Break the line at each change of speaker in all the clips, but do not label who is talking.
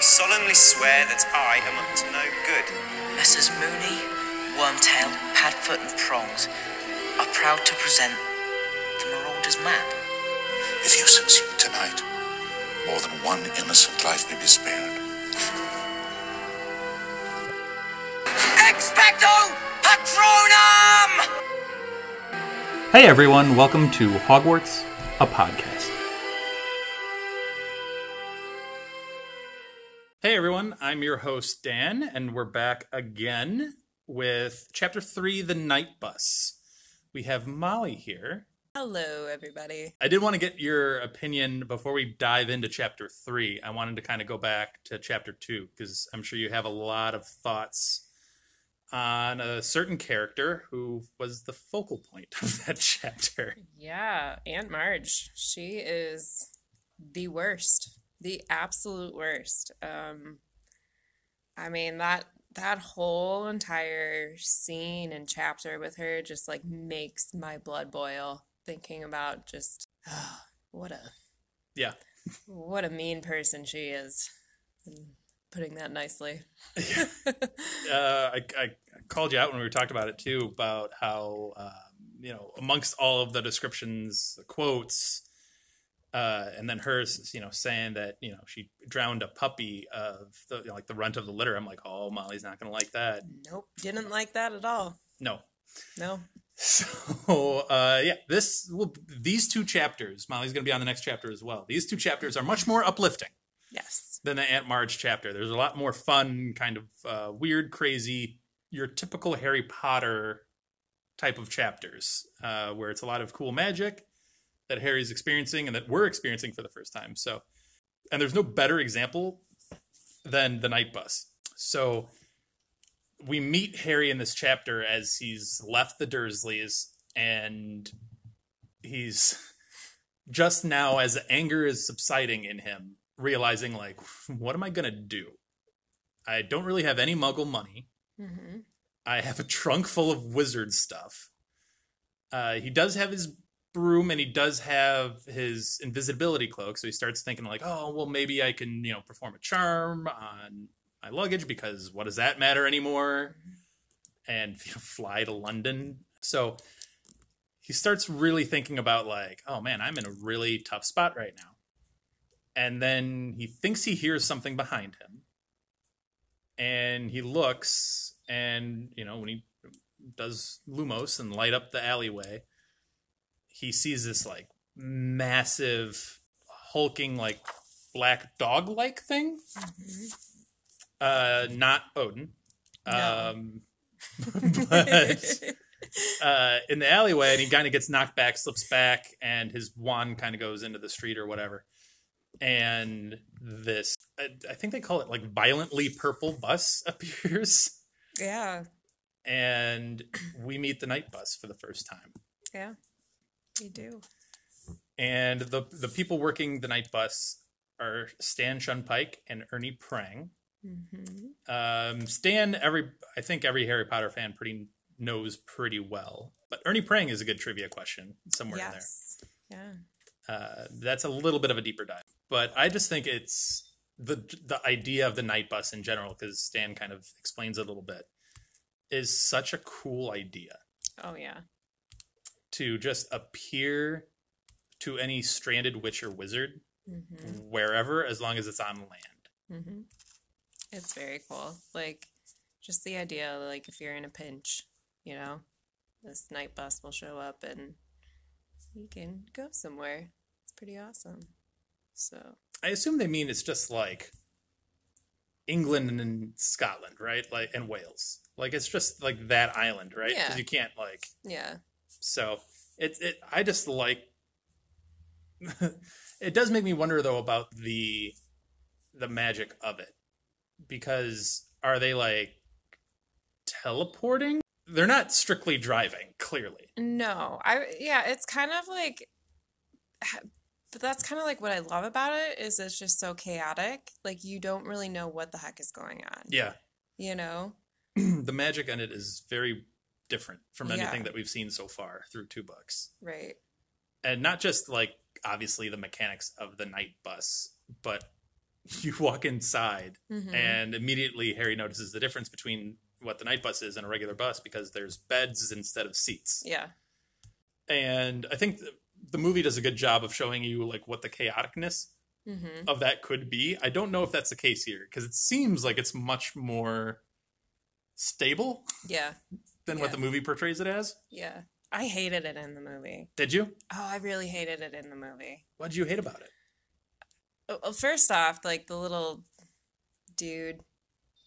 solemnly swear that I am up to no good.
Messrs. Mooney, Wormtail, Padfoot, and Prongs are proud to present the Marauder's Map.
If you succeed tonight, more than one innocent life may be spared.
Expecto Patronum!
Hey everyone, welcome to Hogwarts, a podcast. Hey everyone, I'm your host Dan, and we're back again with Chapter 3 The Night Bus. We have Molly here.
Hello, everybody.
I did want to get your opinion before we dive into Chapter 3. I wanted to kind of go back to Chapter 2 because I'm sure you have a lot of thoughts on a certain character who was the focal point of that chapter.
Yeah, Aunt Marge. She is the worst, the absolute worst. Um, I mean that that whole entire scene and chapter with her just like makes my blood boil thinking about just what a
Yeah.
what a mean person she is. And putting that nicely.
uh, I, I called you out when we were talking about it too about how um, you know amongst all of the descriptions, the quotes, uh, and then hers, you know, saying that you know she drowned a puppy of the, you know, like the runt of the litter. I'm like, oh, Molly's not going to like that.
Nope, didn't like that at all.
No.
No.
So uh, yeah, this will these two chapters. Molly's going to be on the next chapter as well. These two chapters are much more uplifting.
Yes.
than the Aunt Marge chapter. There's a lot more fun, kind of uh, weird, crazy, your typical Harry Potter type of chapters, uh, where it's a lot of cool magic that Harry's experiencing and that we're experiencing for the first time. So, and there's no better example than the Night Bus. So, we meet Harry in this chapter as he's left the Dursleys and he's just now as the anger is subsiding in him realizing like what am i going to do i don't really have any muggle money
hmm
i have a trunk full of wizard stuff uh, he does have his broom and he does have his invisibility cloak so he starts thinking like oh well maybe i can you know perform a charm on my luggage because what does that matter anymore and you know, fly to london so he starts really thinking about like oh man i'm in a really tough spot right now and then he thinks he hears something behind him and he looks and you know when he does lumos and light up the alleyway he sees this like massive hulking like black dog like thing uh not odin
No.
um but uh, in the alleyway and he kind of gets knocked back, slips back, and his wand kind of goes into the street or whatever. And this, I, I think they call it like violently purple bus appears.
yeah.
And we meet the night bus for the first time.
Yeah. You do.
And the, the people working the night bus are Stan Shunpike and Ernie Prang.
hmm
Um, Stan, every I think every Harry Potter fan pretty knows pretty well. But Ernie Prang is a good trivia question somewhere in there.
yes. Yeah.
uh, that's a little bit of a deeper dive. But I just think it's the the idea of the night bus in general, because Stan kind of explains it a little bit, is such a cool idea
Oh yeah.
to just appear to any stranded witch or wizard
hmm
wherever, as long as it's on land.
hmm It's very cool. Like just the idea, like if you're in a pinch, you know, this night bus will show up and you can go somewhere. It's pretty awesome. So
I assume they mean it's just like England and Scotland, right? Like and Wales. Like it's just like that island, right? Because
Yeah.
you can't like
yeah.
So it, it I just like it does make me wonder though about the the magic of it because are they like teleporting? They're not strictly driving, clearly.
No, I yeah, it's kind of like, but that's kind of like what I love about it is it's just so chaotic. Like you don't really know what the heck is going on.
Yeah,
You know.
the magic in it is very different from
Yeah.
anything that we've seen so far through two books,
Right.
and not just like obviously the mechanics of the night bus, but you walk inside
Mhm.
and immediately harry notices the difference between what the night bus is and a regular bus because there's beds instead of seats
yeah.
and i think the, the movie does a good job of showing you like what the chaoticness
Mm-hmm.
of that could be i don't know if that's the case here because it seems like it's much more stable
Yeah.
than
Yeah.
what the movie portrays it as
Yeah. I hated it in the movie.
did you
Oh, I really hated it in the movie.
what did you hate about it
Oh, oh, First off, like the little dude,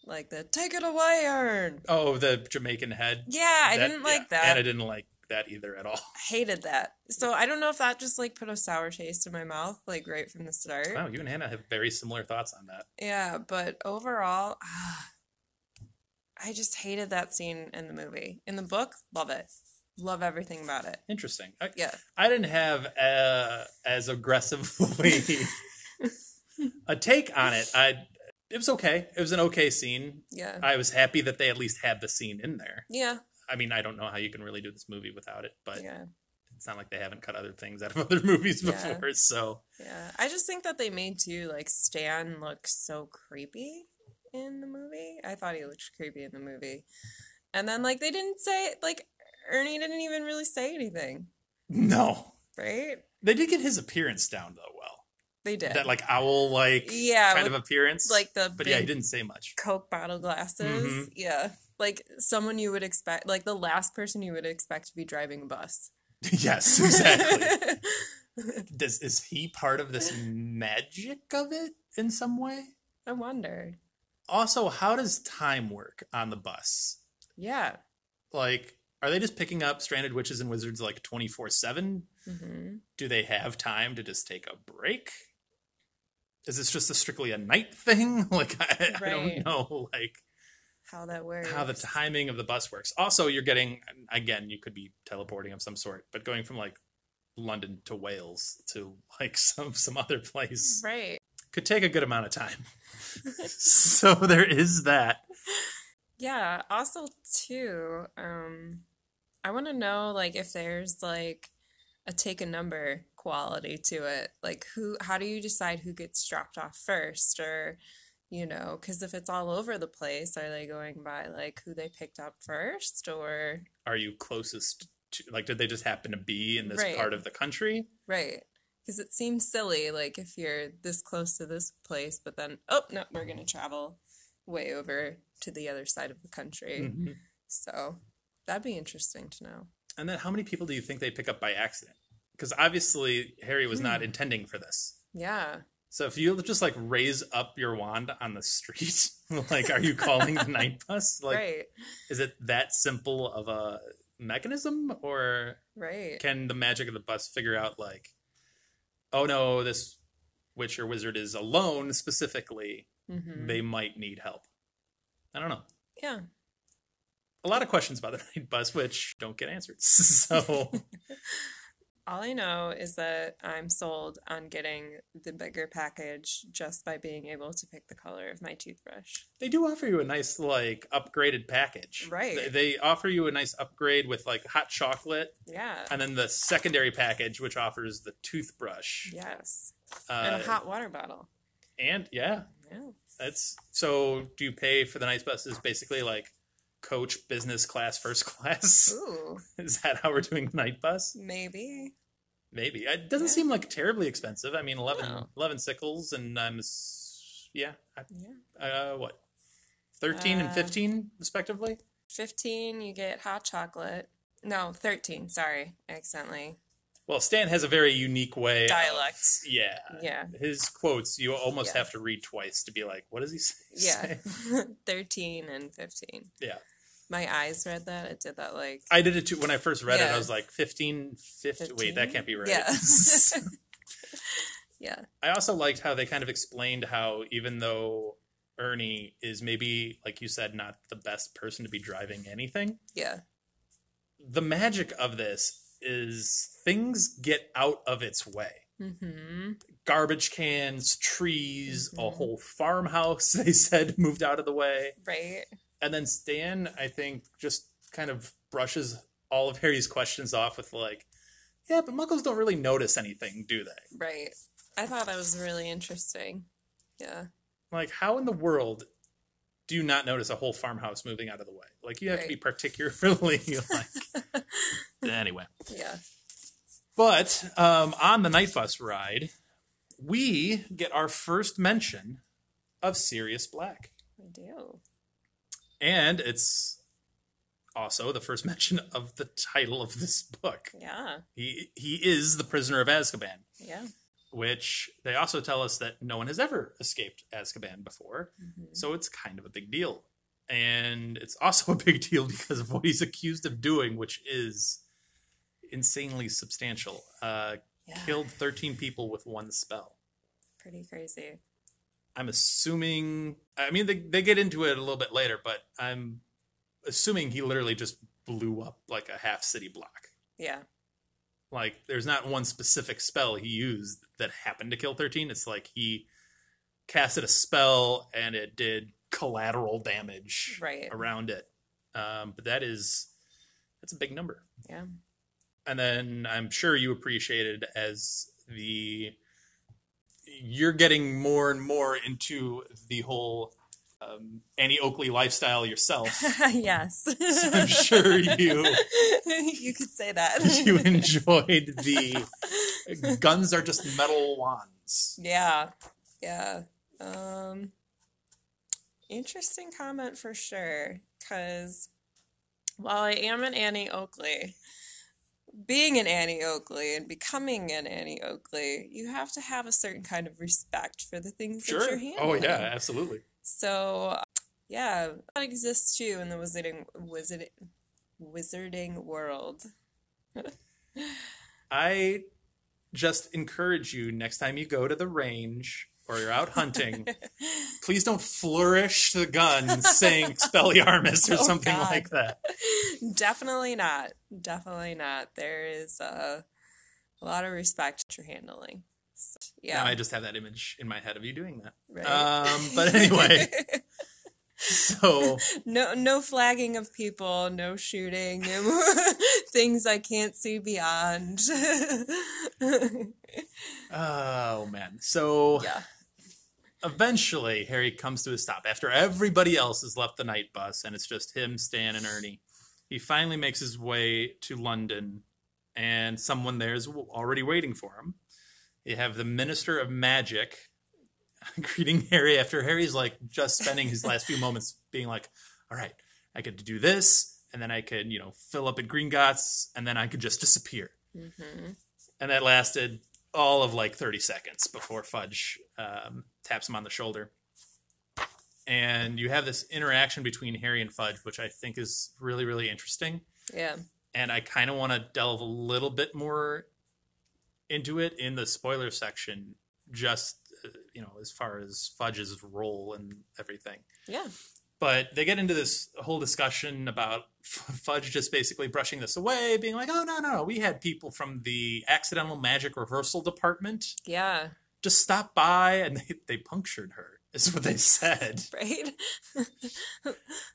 like the take it away, Ern.
oh the jamaican head
Yeah, I
That-
didn't like
yeah.
that.
and i didn't like that either at all
hated that. So I don't know if that just like put a sour taste in my mouth, like right from the start.
wow you and hannah have very similar thoughts on that
Yeah, but overall, ah, I just hated that scene in the movie. In the book, love it. Love everything about it.
interesting I,
Yeah.
I didn't have uh, as aggressively a take on it. I it was okay. It was an okay scene.
Yeah.
I was happy that they at least had the scene in there.
yeah.
I mean, I don't know how you can really do this movie without it, but
Yeah.
it's not like they haven't cut other things out of other movies
Yeah.
before. So
Yeah. I just think that they made too, like, Stan look so creepy in the movie. I thought he looked creepy in the movie. And then, like, they didn't say, like, Ernie didn't even really say anything,
no,
right?
they did get his appearance down though. Well,
They did.
that like owl like
Yeah,
kind
with,
of appearance.
like, the
but yeah, he
big
didn't say much.
Coke bottle glasses.
Mhm.
Yeah. Like someone you would expect, like the last person you would expect to be driving a bus.
yes, exactly. Does is he part of this magic of it in some way?
I wonder.
also how does time work on the bus
Yeah.
like are they just picking up stranded witches and wizards like 24-7
hmm
do they have time to just take a break is this just a strictly a night thing like i, I
Right.
don't know like
How that works.
how the timing of the bus works also you're getting again you could be teleporting of some sort but going from like london to wales to like some some other place
Right.
could take a good amount of time so there is that
Yeah. Also, too, um, I want to know like if there's like a take a number quality to it. Like who? How do you decide who gets dropped off first, or you know, because if it's all over the place, are they going by like who they picked up first, or
are you closest to like did they just happen to be in this
Right.
part of the country
right? Because it seems silly, like if you're this close to this place, but then oh no, we're gonna travel way over to the other side of the country.
Mm-hmm.
So that'd be interesting to know.
and then how many people do you think they pick up by accident because obviously harry was
Hmm.
not intending for this
Yeah.
so if you just like raise up your wand on the street like are you calling the night bus like
right,
is it that simple of a mechanism or
right.
can the magic of the bus figure out like oh no this witch or wizard is alone specifically
hmm
they might need help i don't know
yeah,
a lot of questions about the night bus, which don't get answered. So
all I know is that I'm sold on getting the bigger package just by being able to pick the color of my toothbrush.
they do offer you a nice, like, upgraded package.
Right.
They, they offer you a nice upgrade with, like, hot chocolate
Yeah.
and then the secondary package, which offers the toothbrush.
yes.
Uh,
And a hot water bottle.
and, yeah,
Yeah.
that's so do you pay for the night bus? Is basically like coach, business class, first class.
Ooh,
Is that how we're doing the night bus?
maybe.
Maybe. It doesn't
Yeah.
seem like terribly expensive. I mean, 11,
No.
11 sickles, and I'm, ass- yeah, I-
Yeah.
uh, what, 13 and
Uh,
15, respectively?
15, you get hot chocolate. No, 13, sorry, accidentally.
Well, Stan has a very unique way. of-
Dialect.
yeah.
Yeah.
His quotes, you almost
Yeah.
have to read twice to be like, what does he say?
Yeah. 13 and 15.
yeah.
My eyes read that. It did that like.
I did it too. When I first read it,
Yeah.
I was like, 15, 50. Wait,
15?
that can't be right.
Yeah. yeah.
I also liked how they kind of explained how even though Ernie is maybe, like you said, not the best person to be driving anything,
Yeah.
the magic of this is things get out of its way.
Mm-hmm.
Garbage cans, trees, a
Mhm.
whole farmhouse, they said, moved out of the way.
Right.
And then Stan, I think, just kind of brushes all of Harry's questions off with, like, yeah, but muggles don't really notice anything, do they?
Right. I thought that was really interesting. Yeah.
Like, how in the world do you not notice a whole farmhouse moving out of the way? Like, you have to be
Right.
particularly like. anyway,
Yeah.
but um, on the night bus ride, we get our first mention of Sirius Black,
We do.
and it's also the first mention of the title of this book.
Yeah.
He he is the prisoner of Azkaban.
Yeah.
which they also tell us that no one has ever escaped Azkaban before. So it's kind of a big deal. And it's also a big deal because of what he's accused of doing, which is insanely substantial. Uh,
Yeah.
Killed 13 people with one spell.
Pretty crazy.
I'm assuming, I mean, they, they get into it a little bit later, but I'm assuming he literally just blew up like a half city block.
Yeah.
like there's not one specific spell he used that happened to kill 13 it's like he casted a spell and it did collateral damage
Right.
around it um, but that is that's a big number
Yeah.
and then i'm sure you appreciated as the you're getting more and more into the whole um, annie oakley lifestyle yourself
yes.
So I'm sure you-
you could say that.
you enjoyed the guns are just metal wands
Yeah. Yeah. Um interesting comment for sure cuz while I am an Annie Oakley, being an Annie Oakley and becoming an Annie Oakley, you have to have a certain kind of respect for the things that you're
Oh
handling.
yeah, absolutely.
So, yeah, that exists too in the wizarding wizard wizarding world.
I just encourage you next time you go to the range or you're out hunting, please don't flourish the gun saying Expelliarmus or
Oh,
something
God.
like that.
Definitely not. Definitely not. There is uh, a lot of respect that you're handling. So, yeah.
Now I just have that image in my head of you doing that.
right.
Um, but anyway, so
no, no flagging of people, no shooting, no things I can't see beyond.
oh man, so
yeah.
eventually Harry comes to a stop after everybody else has left the night bus and it's just him, Stan, and Ernie. He finally makes his way to London and someone there is already waiting for him. You have the Minister of Magic greeting Harry after Harry's like just spending his last few moments being like, all right, I could do this and then I could, you know, fill up at Gringotts and then I could just disappear
hmm
and that lasted all of like 30 seconds before fudge um, taps him on the shoulder and you have this interaction between harry and fudge which i think is really really interesting
Yeah.
and i kind of want to delve a little bit more into it in the spoiler section just uh, you know as far as fudge's role and everything
Yeah.
but they get into this whole discussion about Fudge just basically brushing this away, being like, "Oh no, no, no, we had people from the accidental magic reversal department
Yeah.
just stop by, and they, they punctured her." Is what they said,
Right?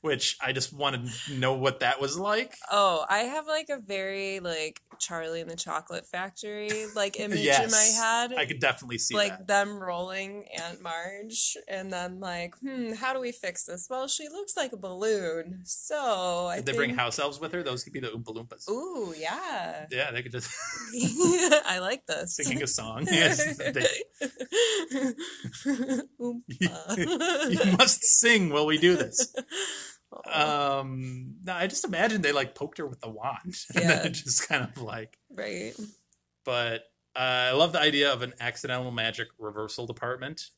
which I just wanted to know what that was like.
Oh, I have like a very like Charlie and the Chocolate Factory like image in
Yes,
my head.
I could definitely see
like
that.
them rolling Aunt Marge and then like, hmm, how do we fix this? Well, she looks like a balloon. So I
Did they bring
think-
house elves with her? Those could be the Oompa Loompas.
Ooh, yeah.
Yeah, they could just
I like this.
singing a song. Yes, they- you
Oompa.
must sing while we do this.
Oh,
Um, no, I just imagine they like poked her with the wand, and then
Yeah.
it just kind of like.
right.
But uh, I love the idea of an accidental magic reversal department.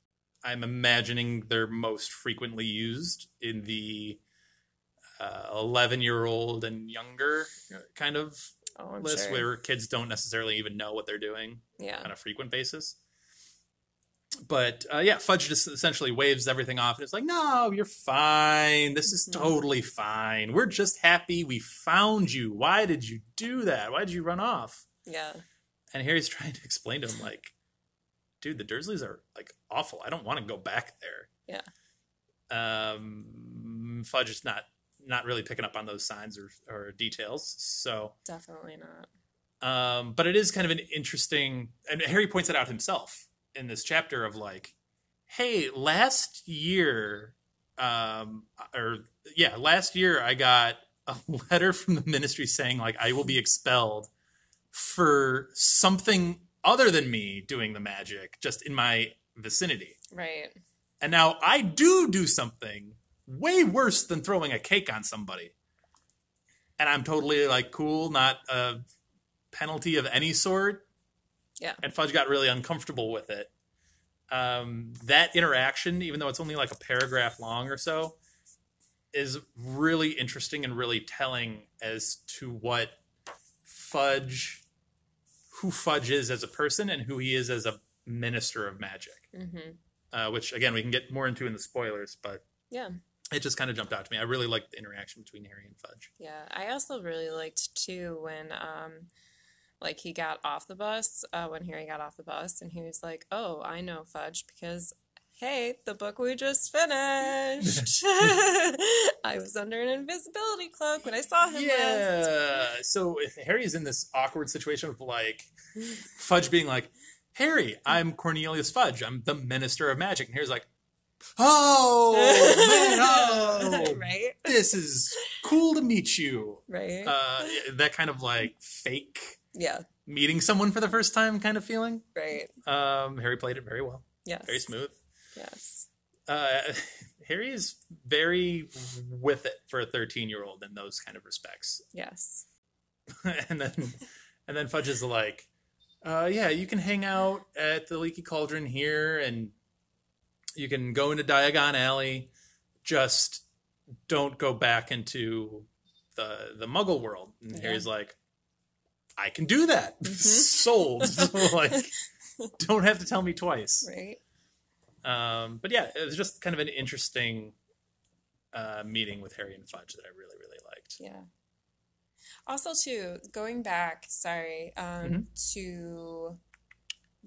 I'm imagining they're most frequently used in the uh, 11 year old and younger uh, kind of
Oh, I'm
list,
sure.
where kids don't necessarily even know what they're doing
yeah.
on a frequent basis. But uh, yeah, Fudge just essentially waves everything off and it's like, no, you're fine. This is
Mhm.
totally fine. We're just happy we found you. Why did you do that? Why did you run off?
Yeah.
And Harry's trying to explain to him, like, dude, the Dursleys are like awful. I don't want to go back there. Yeah. Um, Fudge is not not really picking up on those signs or, or details. So
Definitely not.
um, but it is kind of an interesting, and Harry points it out himself in this chapter of like, hey, last year, um, or yeah, last year I got a letter from the ministry saying like I will be expelled for something other than me doing the magic just in my vicinity.
Right.
And now I do do something way worse than throwing a cake on somebody. And I'm totally like cool, not a penalty of any sort.
Yeah.
And Fudge got really uncomfortable with it. Um, that interaction, even though it's only like a paragraph long or so, is really interesting and really telling as to what Fudge, who Fudge is as a person and who he is as a minister of magic
Mm-hmm.
uh, which again we can get more into in the spoilers, but
Yeah.
it just kind of jumped out to me. I really liked the interaction between Harry and Fudge.
Yeah, I also really liked too when um like he got off the bus, uh when Harry got off the bus and he was like, "Oh, I know Fudge because hey, the book we just finished. I was under an invisibility cloak when Oh, I saw him last."
Yeah. So if Harry is in this awkward situation of like Fudge being like, Harry, I'm Cornelius Fudge. I'm the minister of magic. And Harry's like, Oh, man, oh,
Right?
this is cool to meet you.
Right?
Uh, that kind of like fake
yeah,
meeting someone for the first time kind of feeling.
right.
Um, Harry played it very well,
Yes.
very smooth.
Yes.
uh, Harry is very with it for a 13 year old in those kind of respects.
Yes.
and then and then Fudge is like, uh, yeah, you can hang out at the Leaky Cauldron here and you can go into Diagon Alley. Just don't go back into the the muggle world. And
Yeah.
Harry's like, I can do that.
Mhm.
Sold. like don't have to tell me twice.
Right.
Um, but yeah, it was just kind of an interesting uh, meeting with Harry and Fudge that I really, really liked.
Yeah. Also, too, going back, sorry, um,
Mm-hmm.
to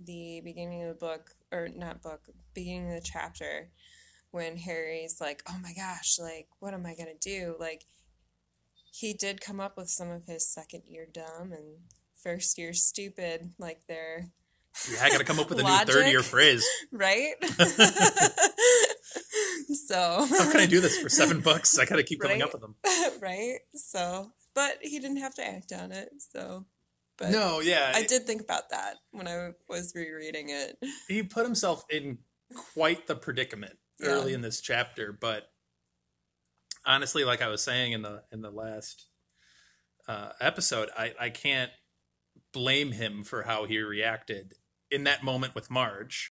the beginning of the book, or not book, beginning of the chapter, when Harry's like, oh my gosh, like, what am I gonna do? Like, he did come up with some of his second year dumb and first year stupid, like, they're
Yeah, I got to come up with a new
Logic.
third year phrase.
right? so,
How can I do this for seven bucks? I got to keep coming up with
Right.
them.
right? So, but he didn't have to act on it, so. But
no, yeah.
I did think about that when I was rereading it.
He put himself in quite the predicament
Yeah.
early in this chapter, but honestly, like I was saying in the in the last uh, episode, I, I can't blame him for how he reacted in that moment with Marge.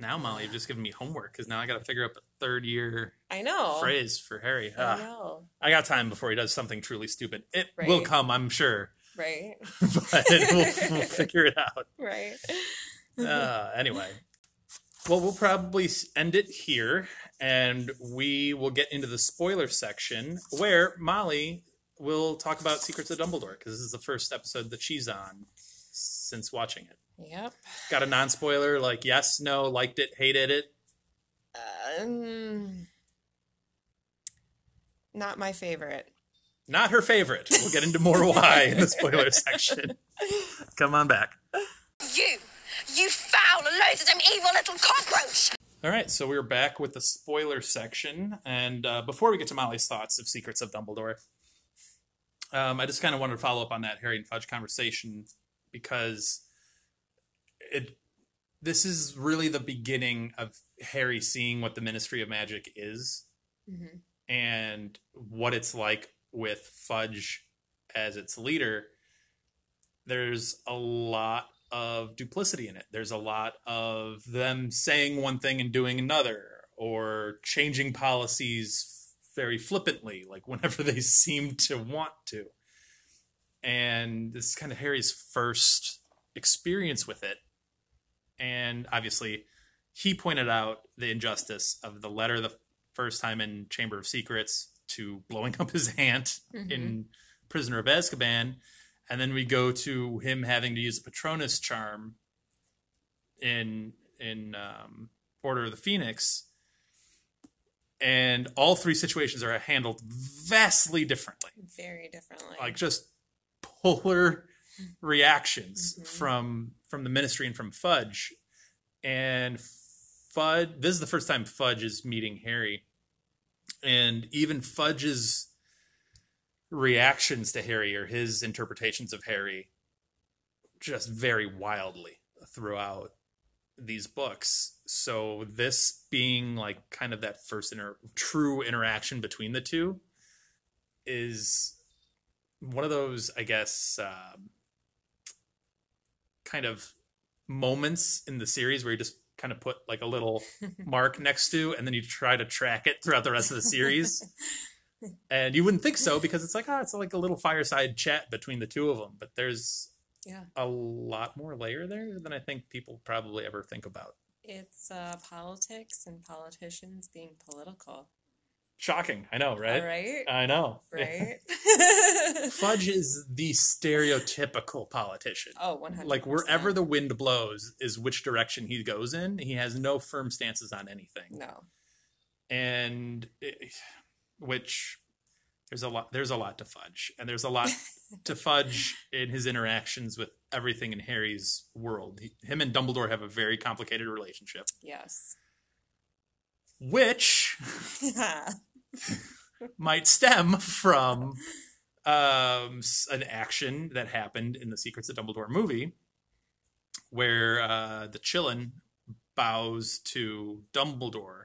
Now, Molly, you've just given me homework because now I got to figure up a third year
I know.
phrase for Harry.
I
Ah,
know.
I got time before he does something truly stupid. It will
Right.
come, I'm sure,
Right.
but we'll, we'll figure it out.
Right.
Uh, anyway, well, we'll probably s- end it here, and we will get into the spoiler section where Molly will talk about Secrets of Dumbledore because this is the first episode that she's on since watching it.
Yep.
Got a non-spoiler, like yes, no, liked it, hated it.
Um, not my favorite.
Not her favorite. We'll get into more why in the spoiler section. Come on back.
You, you foul, loathsome, evil little cockroach!
All right, so we're back with the spoiler section, and uh, before we get to Molly's thoughts of Secrets of Dumbledore, um, I just kind of wanted to follow up on that Harry and Fudge conversation because it this is really the beginning of Harry seeing what the Ministry of Magic is
Mhm.
and what it's like with Fudge as its leader, there's a lot of duplicity in it. There's a lot of them saying one thing and doing another, or changing policies very flippantly, like whenever they seem to want to. And this is kind of Harry's first experience with it. And obviously, he pointed out the injustice of the letter the first time in Chamber of Secrets to blowing up his aunt in Prisoner of Azkaban. And then we go to him having to use a Patronus charm in in um, Order of the Phoenix. And all three situations are handled vastly differently
Very differently.
like just polar reactions from from the ministry and from fudge and Fudge. This is the first time Fudge is meeting Harry, and even Fudge's reactions to Harry or his interpretations of Harry just vary wildly throughout these books. So this being like kind of that first inter- true interaction between the two is one of those, I guess, um, kind of moments in the series where you just kind of put like a little mark next to, and then you try to track it throughout the rest of the series. and you wouldn't think so because it's like, ah, it's like a little fireside chat between the two of them. But there's
Yeah.
a lot more layer there than I think people probably ever think about.
It's uh, politics and politicians being political.
Shocking, I know, right? Uh,
Right?
I know.
Right?
Fudge is the stereotypical politician.
oh, 100
like wherever the wind blows is which direction he goes in. He has no firm stances on anything.
No.
and it, which there's a lot there's a lot to fudge and there's a lot to fudge in his interactions with everything in harry's world he, him and dumbledore have a very complicated relationship
Yes.
which might stem from um, s- an action that happened in the secrets of dumbledore movie where uh, the chillin bows to dumbledore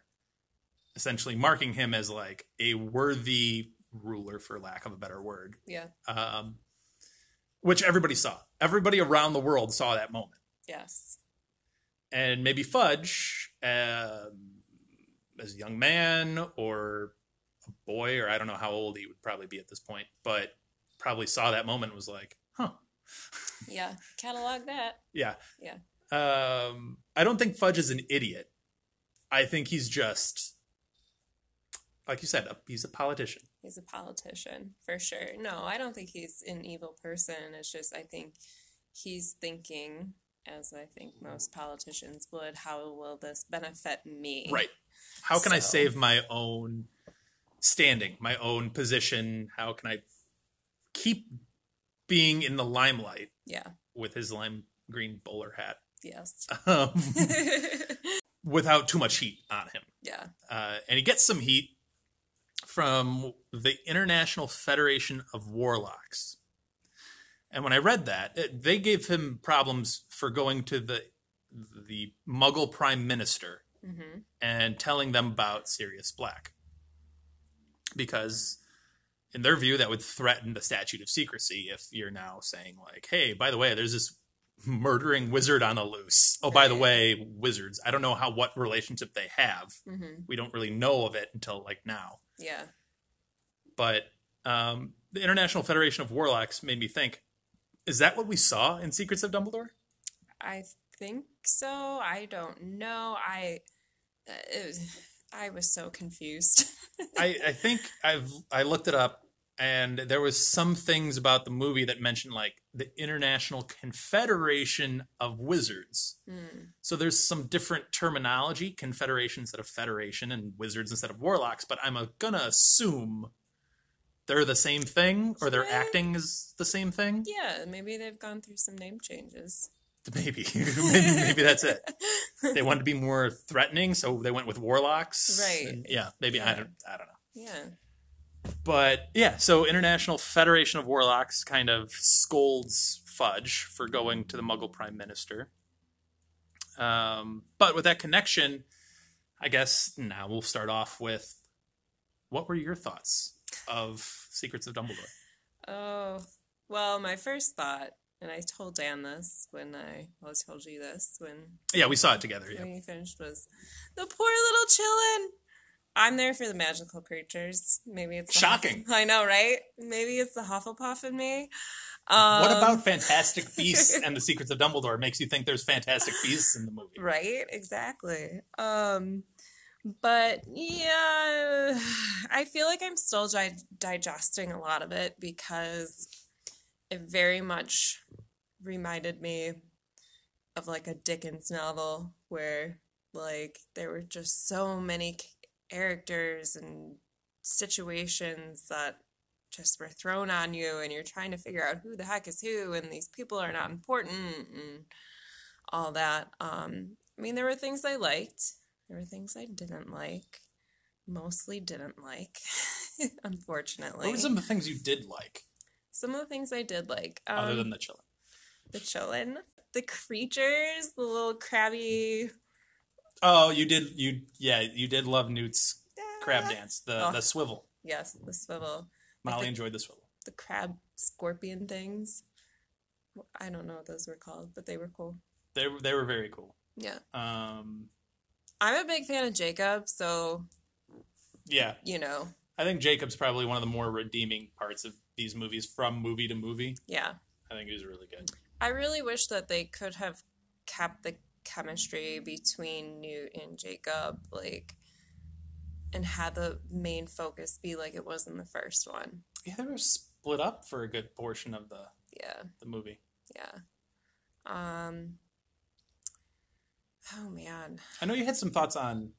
essentially marking him as like a worthy ruler for lack of a better word
yeah.
um, which everybody saw everybody around the world saw that moment
Yes.
and maybe Fudge, um, as a young man or a boy, or I don't know how old he would probably be at this point, but probably saw that moment and was like, huh,
Yeah. Catalog that.
yeah.
Yeah.
Um, I don't think Fudge is an idiot. I think he's just, like you said, a, he's a politician.
He's a politician for sure. No, I don't think he's an evil person. It's just I think he's thinking, as I think most politicians would, how will this benefit me?
Right. How can I
So-
save my own standing, my own position? How can I keep being in the limelight?
Yeah.
with his lime green bowler hat
Yes.
um, without too much heat on him.
yeah.
Uh, and he gets some heat from the International Federation of Warlocks. And when I read that, it, they gave him problems for going to the the Muggle Prime Minister
hmm
and telling them about Sirius Black. Because in their view, that would threaten the statute of secrecy if you're now saying, like, hey, by the way, there's this murdering wizard on the loose. Oh, by the way, wizards. I don't know how what relationship they have.
hmm
We don't really know of it until like now.
Yeah.
But um, the International Federation of Warlocks made me think, is that what we saw in Secrets of Dumbledore?
I think so. I don't know. I uh, it was, I was so confused.
I, I think I've I looked it up and there was some things about the movie that mentioned like the International Confederation of Wizards.
Mm,
So there's some different terminology, confederation instead of federation and wizards instead of warlocks, but I'm uh, gonna assume they're the same thing or their
Yeah.
acting is the same thing.
Yeah, maybe they've gone through some name changes.
Maybe. maybe maybe that's it. They wanted to be more threatening, so they went with warlocks.
Right.
And yeah, maybe I
Yeah.
don't I don't know.
Yeah.
but yeah, so International Federation of Warlocks kind of scolds Fudge for going to the Muggle Prime Minister. Um, but with that connection, I guess now we'll start off with what were your thoughts of Secrets of Dumbledore?
Oh, well, my first thought, and I told Dan this when I, well, I told you this when,
Yeah, we saw it together. Yeah,
when you finished, was the poor little chillin. I'm there for the magical creatures. Maybe it's the
Shocking.
I know, right? Maybe it's the Hufflepuff in me. Um,
what about Fantastic Beasts and the Secrets of Dumbledore makes you think there's Fantastic Beasts in the movie?
Right, exactly. Um, but yeah, I feel like I'm still di- digesting a lot of it because it very much reminded me of like a Dickens novel where like there were just so many c- characters and situations that just were thrown on you and you're trying to figure out who the heck is who and these people are not important and all that. Um, I mean, there were things I liked. There were things I didn't like, mostly didn't like, unfortunately.
What were some of the things you did like,
Some of the things I did like, um,
other than the chili?
the chillin, the creatures, the little crabby
Oh, you did. You yeah, you did love Newt's crab dance. The
Oh.
the swivel.
Yes, the swivel,
Molly
think-
enjoyed the swivel.
the crab scorpion things. Well, I don't know what those were called, but they were cool.
They were- they were very cool.
Yeah,
Um,
I'm a big fan of Jacob, so
yeah,
you know,
I think Jacob's probably one of the more redeeming parts of these movies from movie to movie.
yeah.
I think he was really good.
I really wish that they could have kept the chemistry between Newt and Jacob, like, and had the main focus be like it was in the first one.
Yeah, they were split up for a good portion of the
Yeah.
the movie.
Yeah. Um. Oh man.
I know you had some thoughts on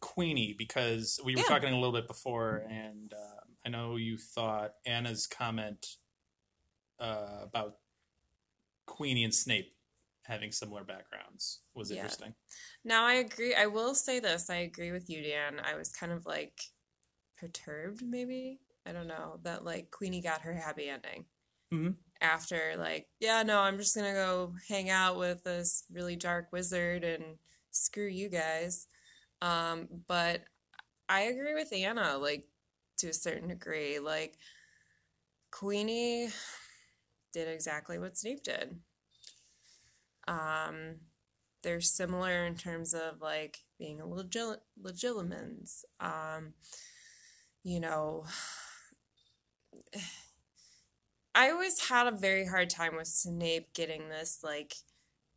Queenie because we were
Yeah.
talking a little bit before, and uh, I know you thought Anna's comment uh, about Queenie and Snape having similar backgrounds was
Yeah.
interesting.
Now I agree. I will say this. I agree with you, Dan. I was kind of like perturbed, maybe. I don't know that like Queenie got her happy ending
Mhm.
after like yeah no I'm just gonna go hang out with this really dark wizard and screw you guys. Um, but I agree with Anna like to a certain degree. Like Queenie did exactly what Snape did. Um, they're similar in terms of like being a legil- legilimens. Um, you know, I always had a very hard time with Snape getting this like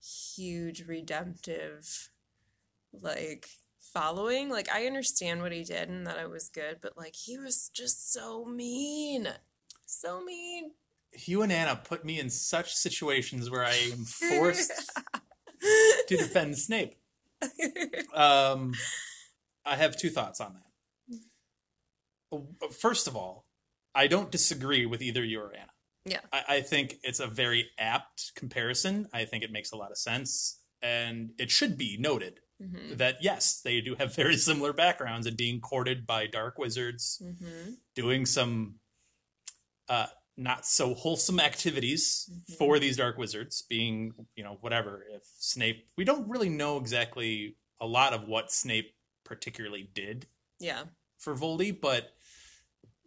huge redemptive like following. Like I understand what he did and that it was good, but like he was just so mean. So mean.
You and Anna put me in such situations where I am forced to defend Snape. Um, I have two thoughts on that. First of all, I don't disagree with either you or Anna.
yeah.
I, I think it's a very apt comparison. I think it makes a lot of sense. And it should be noted
Mhm.
that yes, they do have very similar backgrounds and being courted by dark wizards,
Mhm.
doing some uh, not so wholesome activities for these dark wizards, being, you know, whatever. If Snape, we don't really know exactly a lot of what Snape particularly did
Yeah.
for Voldy, but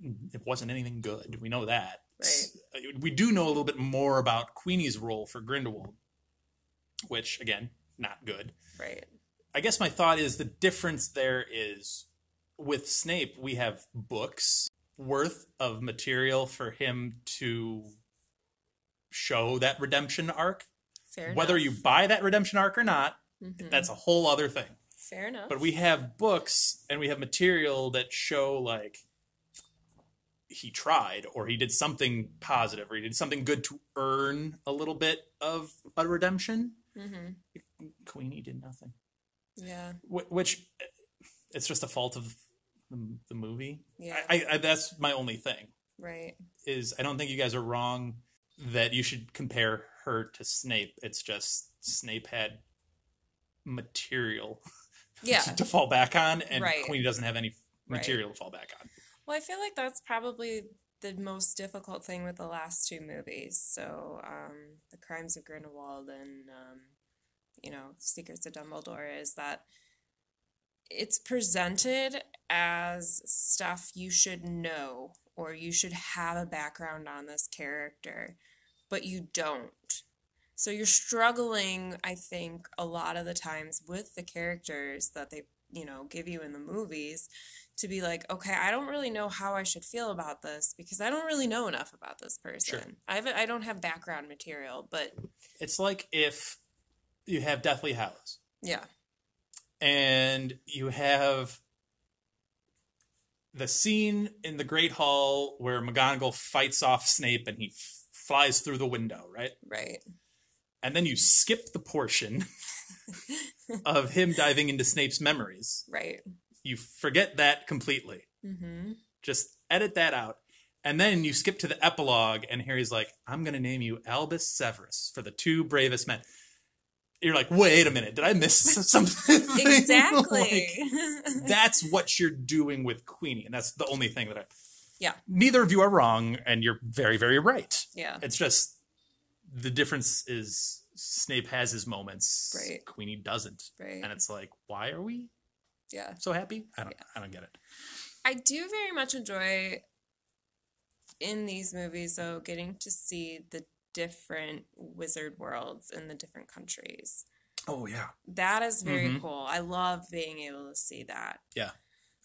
it wasn't anything good. We know that.
Right.
We do know a little bit more about Queenie's role for Grindelwald, which again, not good.
Right.
I guess my thought is the difference there is with Snape, we have books worth of material for him to show that redemption arc.
Fair
Whether you
enough.
buy that redemption arc or not,
Mhm.
that's a whole other thing
Fair enough.
but we have books and we have material that show like he tried or he did something positive or he did something good to earn a little bit of a redemption
hmm
queenie did nothing
Yeah.
Wh- which eh, it's just a fault of the the movie
Yeah.
I, I that's my only thing
Right.
is i don't think you guys are wrong that you should compare her to snape it's just snape had material
Yeah.
to fall back on, and
Right.
Queenie doesn't have any
Right.
material to fall back on.
Well, I feel like that's probably the most difficult thing with the last two movies. So, um, The Crimes of Grindelwald and, um, you know, Secrets of Dumbledore is that it's presented as stuff you should know or you should have a background on this character, but you don't. So you're struggling, I think, a lot of the times with the characters that they, you know, give you in the movies to be like, okay, I don't really know how I should feel about this because I don't really know enough about this person. I have I don't have background material, but
It's like if you have Deathly Hallows
yeah.
and you have the scene in the Great Hall where McGonagall fights off Snape and he f- flies through the window, right?
Right.
And then you skip the portion of him diving into Snape's memories.
Right.
You forget that completely.
Mm-hmm.
just edit that out and then you skip to the epilogue and harry's like i'm going to name you albus severus for the two bravest men you're like, wait a minute, did I miss something?
Exactly.
Like, that's what you're doing with Queenie, and that's the only thing that I.
Yeah.
Neither of you are wrong, and you're very, very right.
yeah.
It's just the difference is Snape has his moments,
Right.
Queenie doesn't,
Right.
and it's like, why are we
Yeah.
so happy? I don't, I don't get it.
I do very much enjoy in these movies, though, getting to see the different wizard worlds in the different countries.
Oh yeah,
That is very
Mhm.
cool. I love being able to see that.
I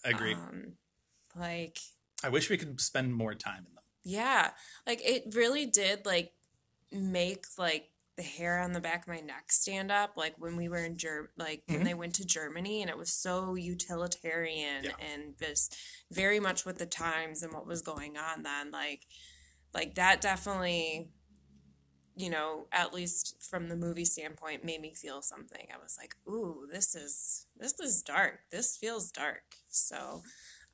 agree.
Um, like,
I wish we could spend more time in them.
yeah, like it really did like make like the hair on the back of my neck stand up. Like when we were in Germ, like when they went to Germany, and it was so utilitarian
Yeah.
and just very much with the times and what was going on then. Like, like that definitely. You know, at least from the movie standpoint, made me feel something. I was like, "Ooh, this is this is dark. This feels dark." So,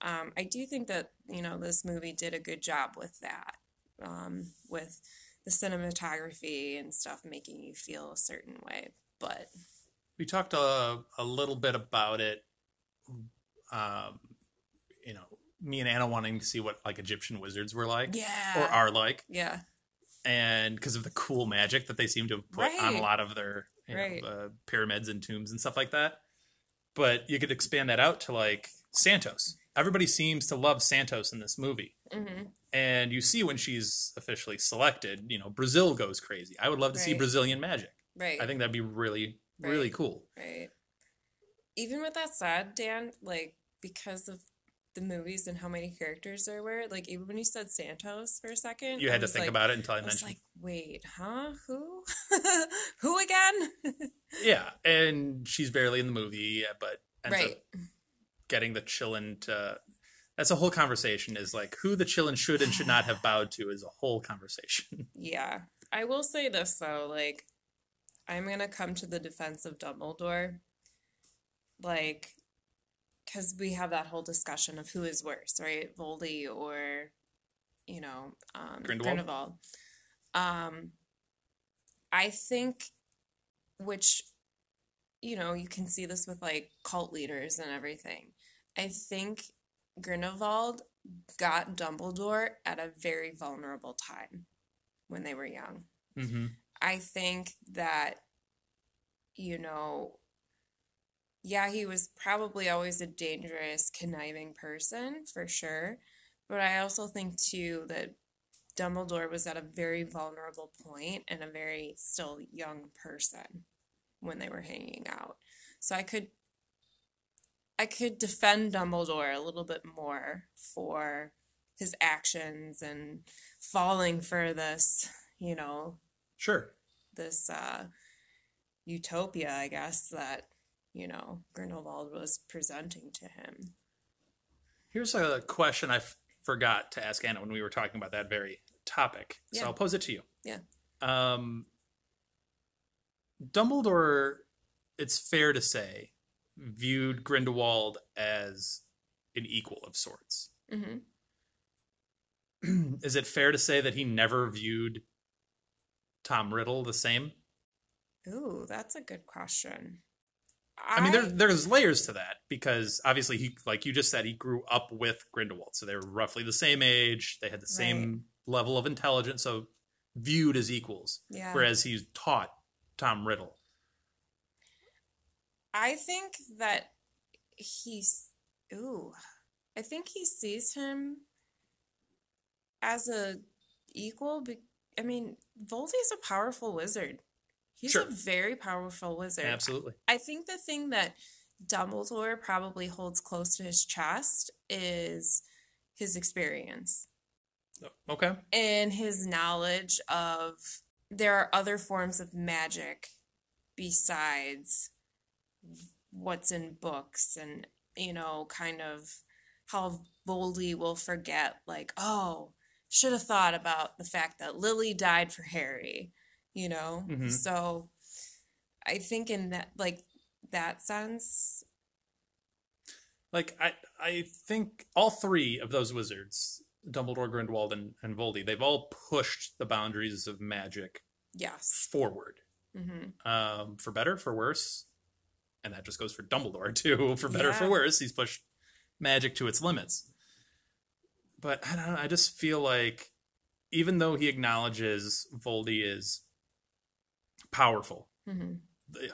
um, I do think that you know this movie did a good job with that, um, with the cinematography and stuff making you feel a certain way. But
we talked a, a little bit about it um you know me and anna wanting to see what like egyptian wizards were like
yeah,
or are like
yeah,
and because of the cool magic that they seem to have put on
Right.
a lot of their you
Right.
know, uh, pyramids and tombs and stuff like that but you could expand that out to like santos everybody seems to love santos in this movie
hmm
and you see when she's officially selected you know brazil goes crazy i would love to see
Right.
brazilian magic
right,
i think that'd be really really
Right.
cool
right. Even with that said, Dan, like because of the movies and how many characters there were, like even when you said Santos for a second,
you
I
had to
was
think
like-
about it until i
I was
mentioned
like, wait, huh? Who? Who again?
Yeah, and she's barely in the movie, yeah, but ends
right,
up getting the chillin to. That's a whole conversation. Is like who the chillin should and should not have bowed to is a whole conversation.
Yeah. I will say this though, like I'm gonna come to the defense of Dumbledore. Like, because we have that whole discussion of who is worse, right? Voldy or, you know, um,
Grindelwald?
Grindelwald. Um, I think, which, you know, you can see this with like cult leaders and everything. I think Grindelwald got Dumbledore at a very vulnerable time when they were young.
Mm-hmm.
I think that, you know, yeah, he was probably always a dangerous, conniving person for sure. But I also think, too, that Dumbledore was at a very vulnerable point and a very still young person when they were hanging out. So I could. I could defend Dumbledore a little bit more for his actions and falling for this, you know,
Sure.
this uh, utopia, I guess, that, you know, Grindelwald was presenting to him.
Here's a question I f- forgot to ask Anna when we were talking about that very topic.
Yeah.
So I'll pose it to you.
Yeah.
Um, Dumbledore, it's fair to say, viewed Grindelwald as an equal of sorts.
Mm-hmm.
is it fair to say that he never viewed Tom Riddle the same?
Ooh, that's a good question.
I, mean, there, there's layers to that because obviously he, like you just said, he grew up with Grindelwald, so they were roughly the same age. They had the same level of intelligence, so viewed as equals.
Yeah.
Whereas he's taught Tom Riddle.
I think that he's ooh, I think he sees him as a equal. Be- I mean, Voldy's a powerful wizard. He's
Sure.
a very powerful wizard.
Absolutely.
I think the thing that Dumbledore probably holds close to his chest is his experience
Okay.
and his knowledge of there are other forms of magic besides what's in books and you know kind of how Voldy will forget like oh should have thought about the fact that Lily died for Harry you know
Mhm.
so i think in that like that sense
Like I, I think all three of those wizards, Dumbledore, Grindelwald, and, and Voldy, they've all pushed the boundaries of magic
yes
forward um, for better, for worse. And that just goes for Dumbledore, too. For better, for
Yeah.
worse, he's pushed magic to its limits. But I don't know. I just feel like even though he acknowledges Voldy is powerful,
Mhm.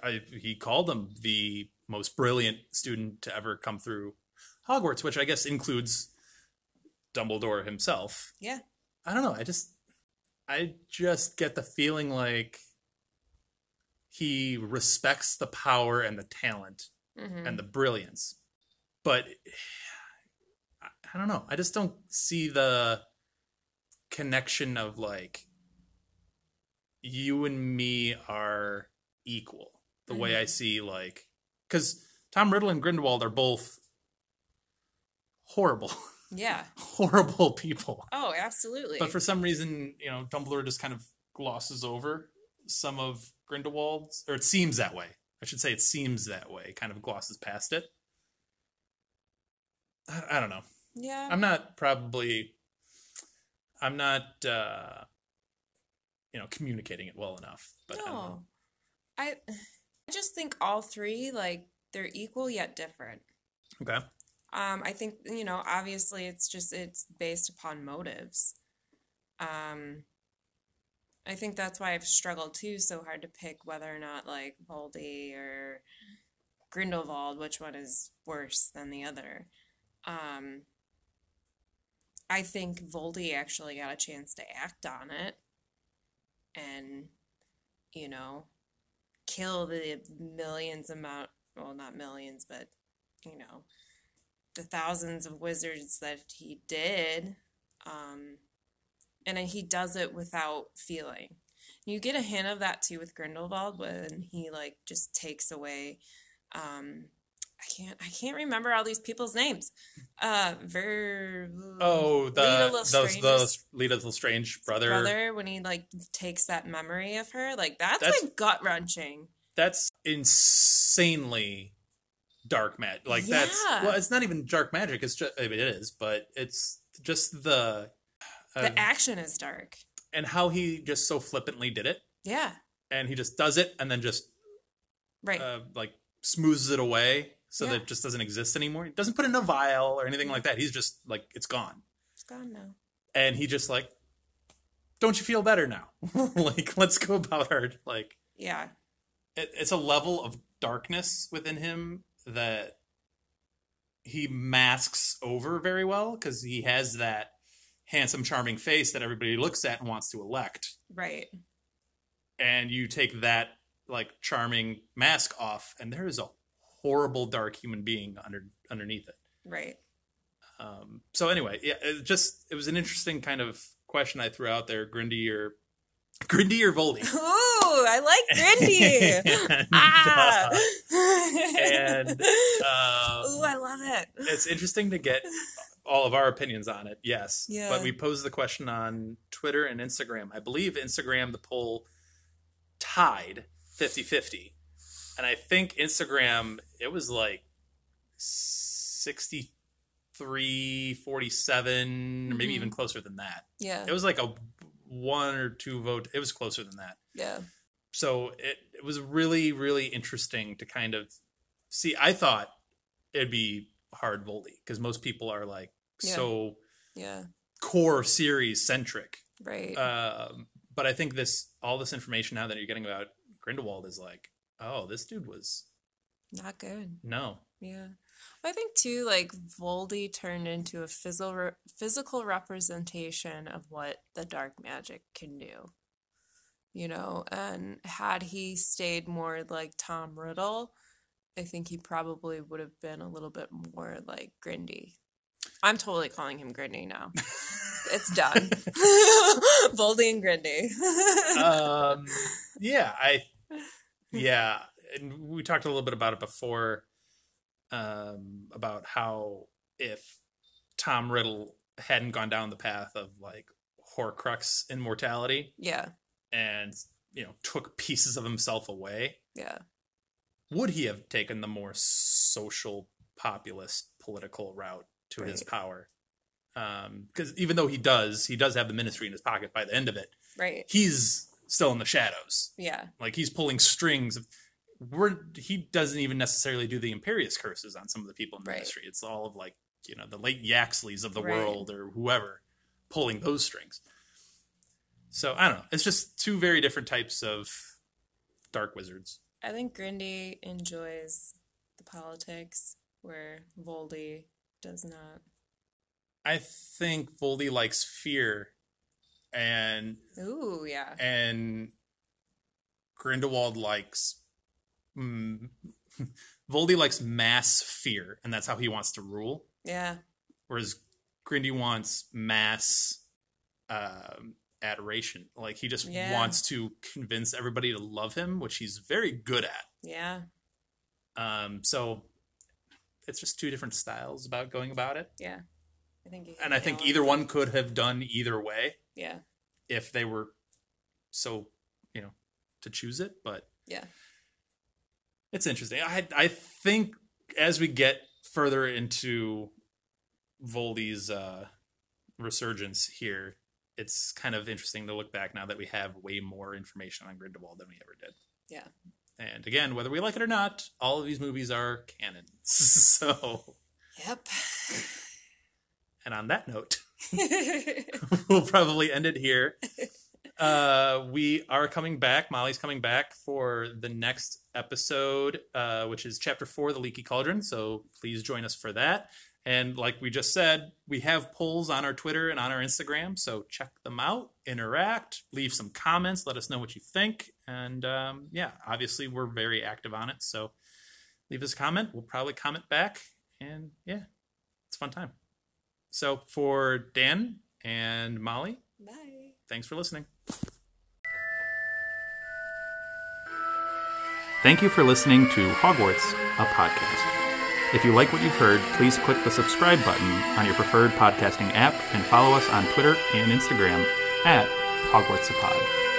I, he called him the most brilliant student to ever come through Hogwarts, which I guess includes Dumbledore himself.
Yeah.
I don't know. I just, I just get the feeling like he respects the power and the talent
Mhm.
and the brilliance, but I, I don't know. I just don't see the connection of like you and me are equal the way I see like because Tom Riddle and Grindelwald are both horrible,
Yeah.
horrible people.
Oh, absolutely.
But for some reason, you know, Dumbledore just kind of glosses over some of Grindelwald's, or it seems that way. I should say it seems that way. Kind of glosses past it. I, I don't know.
yeah.
I'm not probably. I'm not. uh You know, communicating it well enough. But I don't know.
no. I I just think all three like they're equal yet different.
Okay.
Um, I think, you know, obviously it's just it's based upon motives. Um, I think that's why I've struggled too so hard to pick whether or not like Voldy or Grindelwald, which one is worse than the other. Um, I think Voldy actually got a chance to act on it and, you know, kill the millions amount, well, not millions, but, you know, the thousands of wizards that he did um and he does it without feeling you get a hint of that too with grindelwald when he like just takes away um i can't i can't remember all these people's names uh ver
Oh, the
Lita
those
Lestrange's
those Lita Lestrange brother.
brother when he like takes that memory of her like that's,
That's-
like gut wrenching
That's insanely dark magic. Like that's
Yeah.
well, it's not even dark magic. It's just I mean, it is, but it's just the uh,
the action is dark
and how he just so flippantly did it,
yeah
and he just does it, and then just
right
uh, like smooths it away so that
Yeah.
it just doesn't exist anymore. He doesn't put it in a vial or anything like that. He's just like it's gone,
it's gone now
and he just like, don't you feel better now? like let's go about our like
yeah
it, it's a level of darkness within him that he masks over very well because he has that handsome, charming face that everybody looks at and wants to elect.
right
And you take that like charming mask off, and there is a horrible, dark human being under underneath it.
right
Um, so anyway, yeah, it just it was an interesting kind of question I threw out there, Grindy or Grindy or Voldy.
Ooh, I like Grindy.
And,
ah.
uh, and, um,
Ooh, I love it.
it's interesting to get all of our opinions on it. Yes.
Yeah.
But we posed the question on Twitter and Instagram. I believe Instagram the poll tied 50-50. And I think Instagram it was like 63 47 or maybe
Mhm.
even closer than that.
Yeah,
It was like a one or two vote. It was closer than that
yeah,
so it, it was really really interesting to kind of see i thought it'd be hard voldy because most people are like
Yeah.
so
yeah.
core series centric
Right.
um, but i think this all this information now that you're getting about grindelwald is like oh this dude was
Not good.
no
Yeah. I think too, like Voldy turned into a physical re- physical representation of what the dark magic can do. You know, and had he stayed more like Tom Riddle, I think he probably would have been a little bit more like Grindy. I'm totally calling him Grindy now. it's done. Voldy and Grindy.
um, yeah, I, yeah, and we talked a little bit about it before, um, about how if Tom Riddle hadn't gone down the path of like Horcrux immortality
yeah,
and you know took pieces of himself away,
yeah,
would he have taken the more social, populist, political route to his
Right.
power? Um, Because even though he does, he does have the ministry in his pocket by the end of it
right.
he's still in the shadows.
Yeah.
Like he's pulling strings of we're he doesn't even necessarily do the imperious curses on some of the people in the
Right.
industry. It's all of like, you know, the late Yaxleys of the
Right.
world or whoever pulling those strings. So I don't know. It's just two very different types of dark wizards.
I think Grindy enjoys the politics where Voldy does not.
I think Voldy likes fear and
Ooh, yeah.
and Grindelwald likes mm, Voldy likes mass fear, and that's how he wants to rule.
Yeah.
Whereas Grindy wants mass um, adoration. Like he just
Yeah.
wants to convince everybody to love him, which he's very good at.
Yeah.
Um, so it's just two different styles about going about it.
Yeah. I think you hit
And I
the
think
nail on
either
the-
one could have done either way
Yeah.
if they were so, you know, to choose it. But
Yeah.
It's interesting. I I think as we get further into Voldy's uh, resurgence here, it's kind of interesting to look back now that we have way more information on Grindelwald than we ever did.
Yeah.
And again, whether we like it or not, all of these movies are canon. So,
Yep.
and on that note, we'll probably end it here. Uh, we are coming back. Molly's coming back for the next episode, uh, which is chapter four, The Leaky Cauldron. So please join us for that. And like we just said, we have polls on our Twitter and on our Instagram. So check them out, interact, leave some comments, let us know what you think. And um, yeah, obviously, we're very active on it. So leave us a comment. We'll probably comment back. And yeah, it's a fun time. So for Dan and Molly,
Bye.
thanks for listening. Thank you for listening to Hogwarts, a podcast. If you like what you've heard, please click the subscribe button on your preferred podcasting app and follow us on Twitter and Instagram at Hogwarts a Pod.